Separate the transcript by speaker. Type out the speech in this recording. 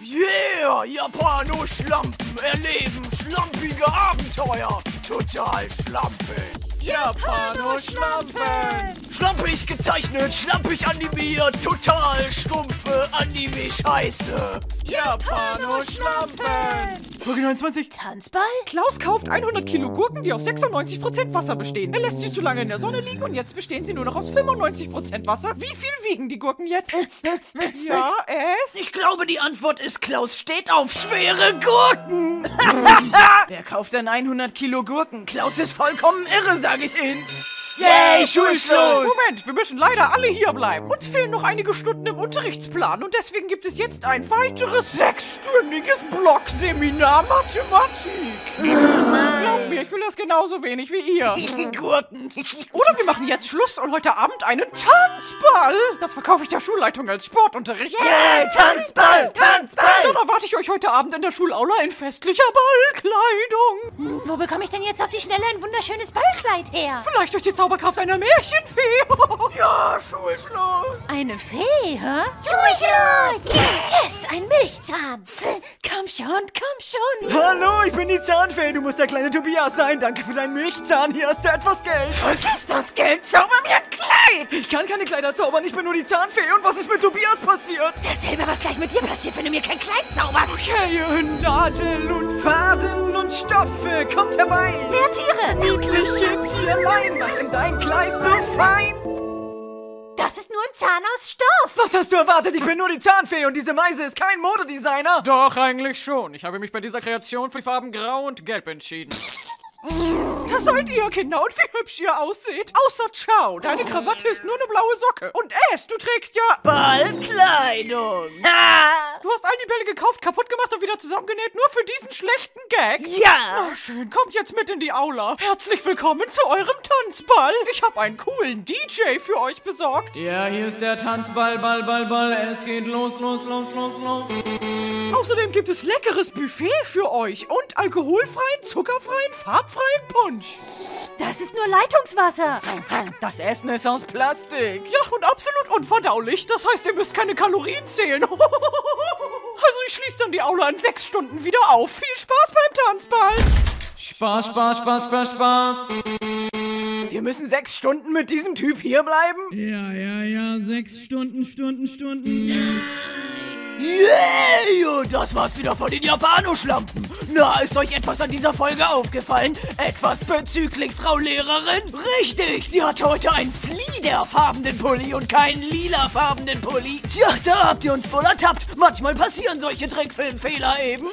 Speaker 1: Yeah, Japano-Schlampen erleben schlampige Abenteuer. Total schlampig.
Speaker 2: Japano-Schlampen.
Speaker 1: Schlampig gezeichnet, schlampig animiert, total stumpfe Anime-Scheiße.
Speaker 3: Folge 29.
Speaker 4: Tanzball?
Speaker 2: Klaus kauft 100 Kilo Gurken, die auf 96% Wasser bestehen. Er lässt sie zu lange in der Sonne liegen und jetzt bestehen sie nur noch aus 95% Wasser. Wie viel wiegen die Gurken jetzt? Ja, es?
Speaker 1: Ich glaube, die Antwort ist, Klaus steht auf schwere Gurken.
Speaker 2: Wer kauft denn 100 Kilo Gurken?
Speaker 1: Klaus ist vollkommen irre, sage ich Ihnen.
Speaker 2: Yay,
Speaker 1: Schulschluss!
Speaker 2: Moment, wir müssen leider alle hier bleiben. Uns fehlen noch einige Stunden im Unterrichtsplan und deswegen gibt es jetzt ein weiteres sechsstündiges Blockseminar Mathematik. Glaub mir, ich will das genauso wenig wie ihr.
Speaker 1: Gurken.
Speaker 2: Oder wir machen jetzt Schluss und heute Abend einen Tanzball. Das verkaufe ich der Schulleitung als Sportunterricht.
Speaker 1: Yay, Tanzball,
Speaker 2: Dann
Speaker 1: Tanzball.
Speaker 2: erwarte ich euch heute Abend in der Schulaula in festlicher Ballkleidung.
Speaker 4: Wo bekomme ich denn jetzt auf die Schnelle ein wunderschönes Ballkleid her?
Speaker 2: Vielleicht durch die Zauberkraft einer Märchenfee.
Speaker 1: Ja, Schulschluss.
Speaker 4: Eine Fee, hä? Juschus! Yes, ein Milchzahn! Komm schon, komm schon!
Speaker 3: Hallo, ich bin die Zahnfee. Du musst der kleine Tobias sein. Danke für deinen Milchzahn. Hier hast du etwas Geld.
Speaker 1: Vergiss das Geld, zauber mir ein Kleid.
Speaker 3: Ich kann keine Kleider zaubern. Ich bin nur die Zahnfee. Und was ist mit Tobias passiert?
Speaker 4: Dasselbe, was gleich mit dir passiert, wenn du mir kein Kleid zauberst!
Speaker 3: Okay, Nadel und Faden und Stoffe. Kommt herbei.
Speaker 4: Mehr Tiere!
Speaker 3: Niedliche Tierlein machen dein Kleid so fein.
Speaker 4: Das ist nur ein Zahn aus Stoff!
Speaker 3: Was hast du erwartet? Ich bin nur die Zahnfee und diese Meise ist kein Modedesigner.
Speaker 2: Doch, eigentlich schon. Ich habe mich bei dieser Kreation für die Farben Grau und Gelb entschieden. Das seid ihr, Kinder, und wie hübsch ihr ausseht. Außer Ciao, deine Krawatte ist nur eine blaue Socke. Und Es, du trägst ja...
Speaker 1: Ballkleidung. Ah,
Speaker 2: Du hast all die Bälle gekauft, kaputt gemacht und wieder zusammengenäht, nur für diesen schlechten Gag.
Speaker 1: ja.
Speaker 2: Na schön, kommt jetzt mit in die Aula. Herzlich willkommen zu eurem Tanzball. Ich habe einen coolen DJ für euch besorgt.
Speaker 5: Ja, hier ist der Tanzball, Ball, Ball, Ball. Es geht los, los, los, los, los.
Speaker 2: Außerdem gibt es leckeres Buffet für euch und alkoholfreien, zuckerfreien, farbfreien Punsch.
Speaker 4: Das ist nur Leitungswasser!
Speaker 2: Das Essen ist aus Plastik. Ja, und absolut unverdaulich. Das heißt, ihr müsst keine Kalorien zählen. Also ich schließe dann die Aula in sechs Stunden wieder auf. Viel Spaß beim Tanzball.
Speaker 5: Spaß, Spaß, Spaß, Spaß, Spaß.
Speaker 3: Wir müssen sechs Stunden mit diesem Typ hier bleiben.
Speaker 5: Ja, ja, ja. Sechs Stunden, Stunden, Stunden.
Speaker 1: Yeah, das war's wieder von den Japanoschlampen. Na, ist euch etwas an dieser Folge aufgefallen? Etwas bezüglich Frau Lehrerin? Richtig, sie hat heute einen fliederfarbenen Pulli und keinen lilafarbenen Pulli. Tja, da habt ihr uns wohl ertappt. Manchmal passieren solche Trickfilmfehler eben.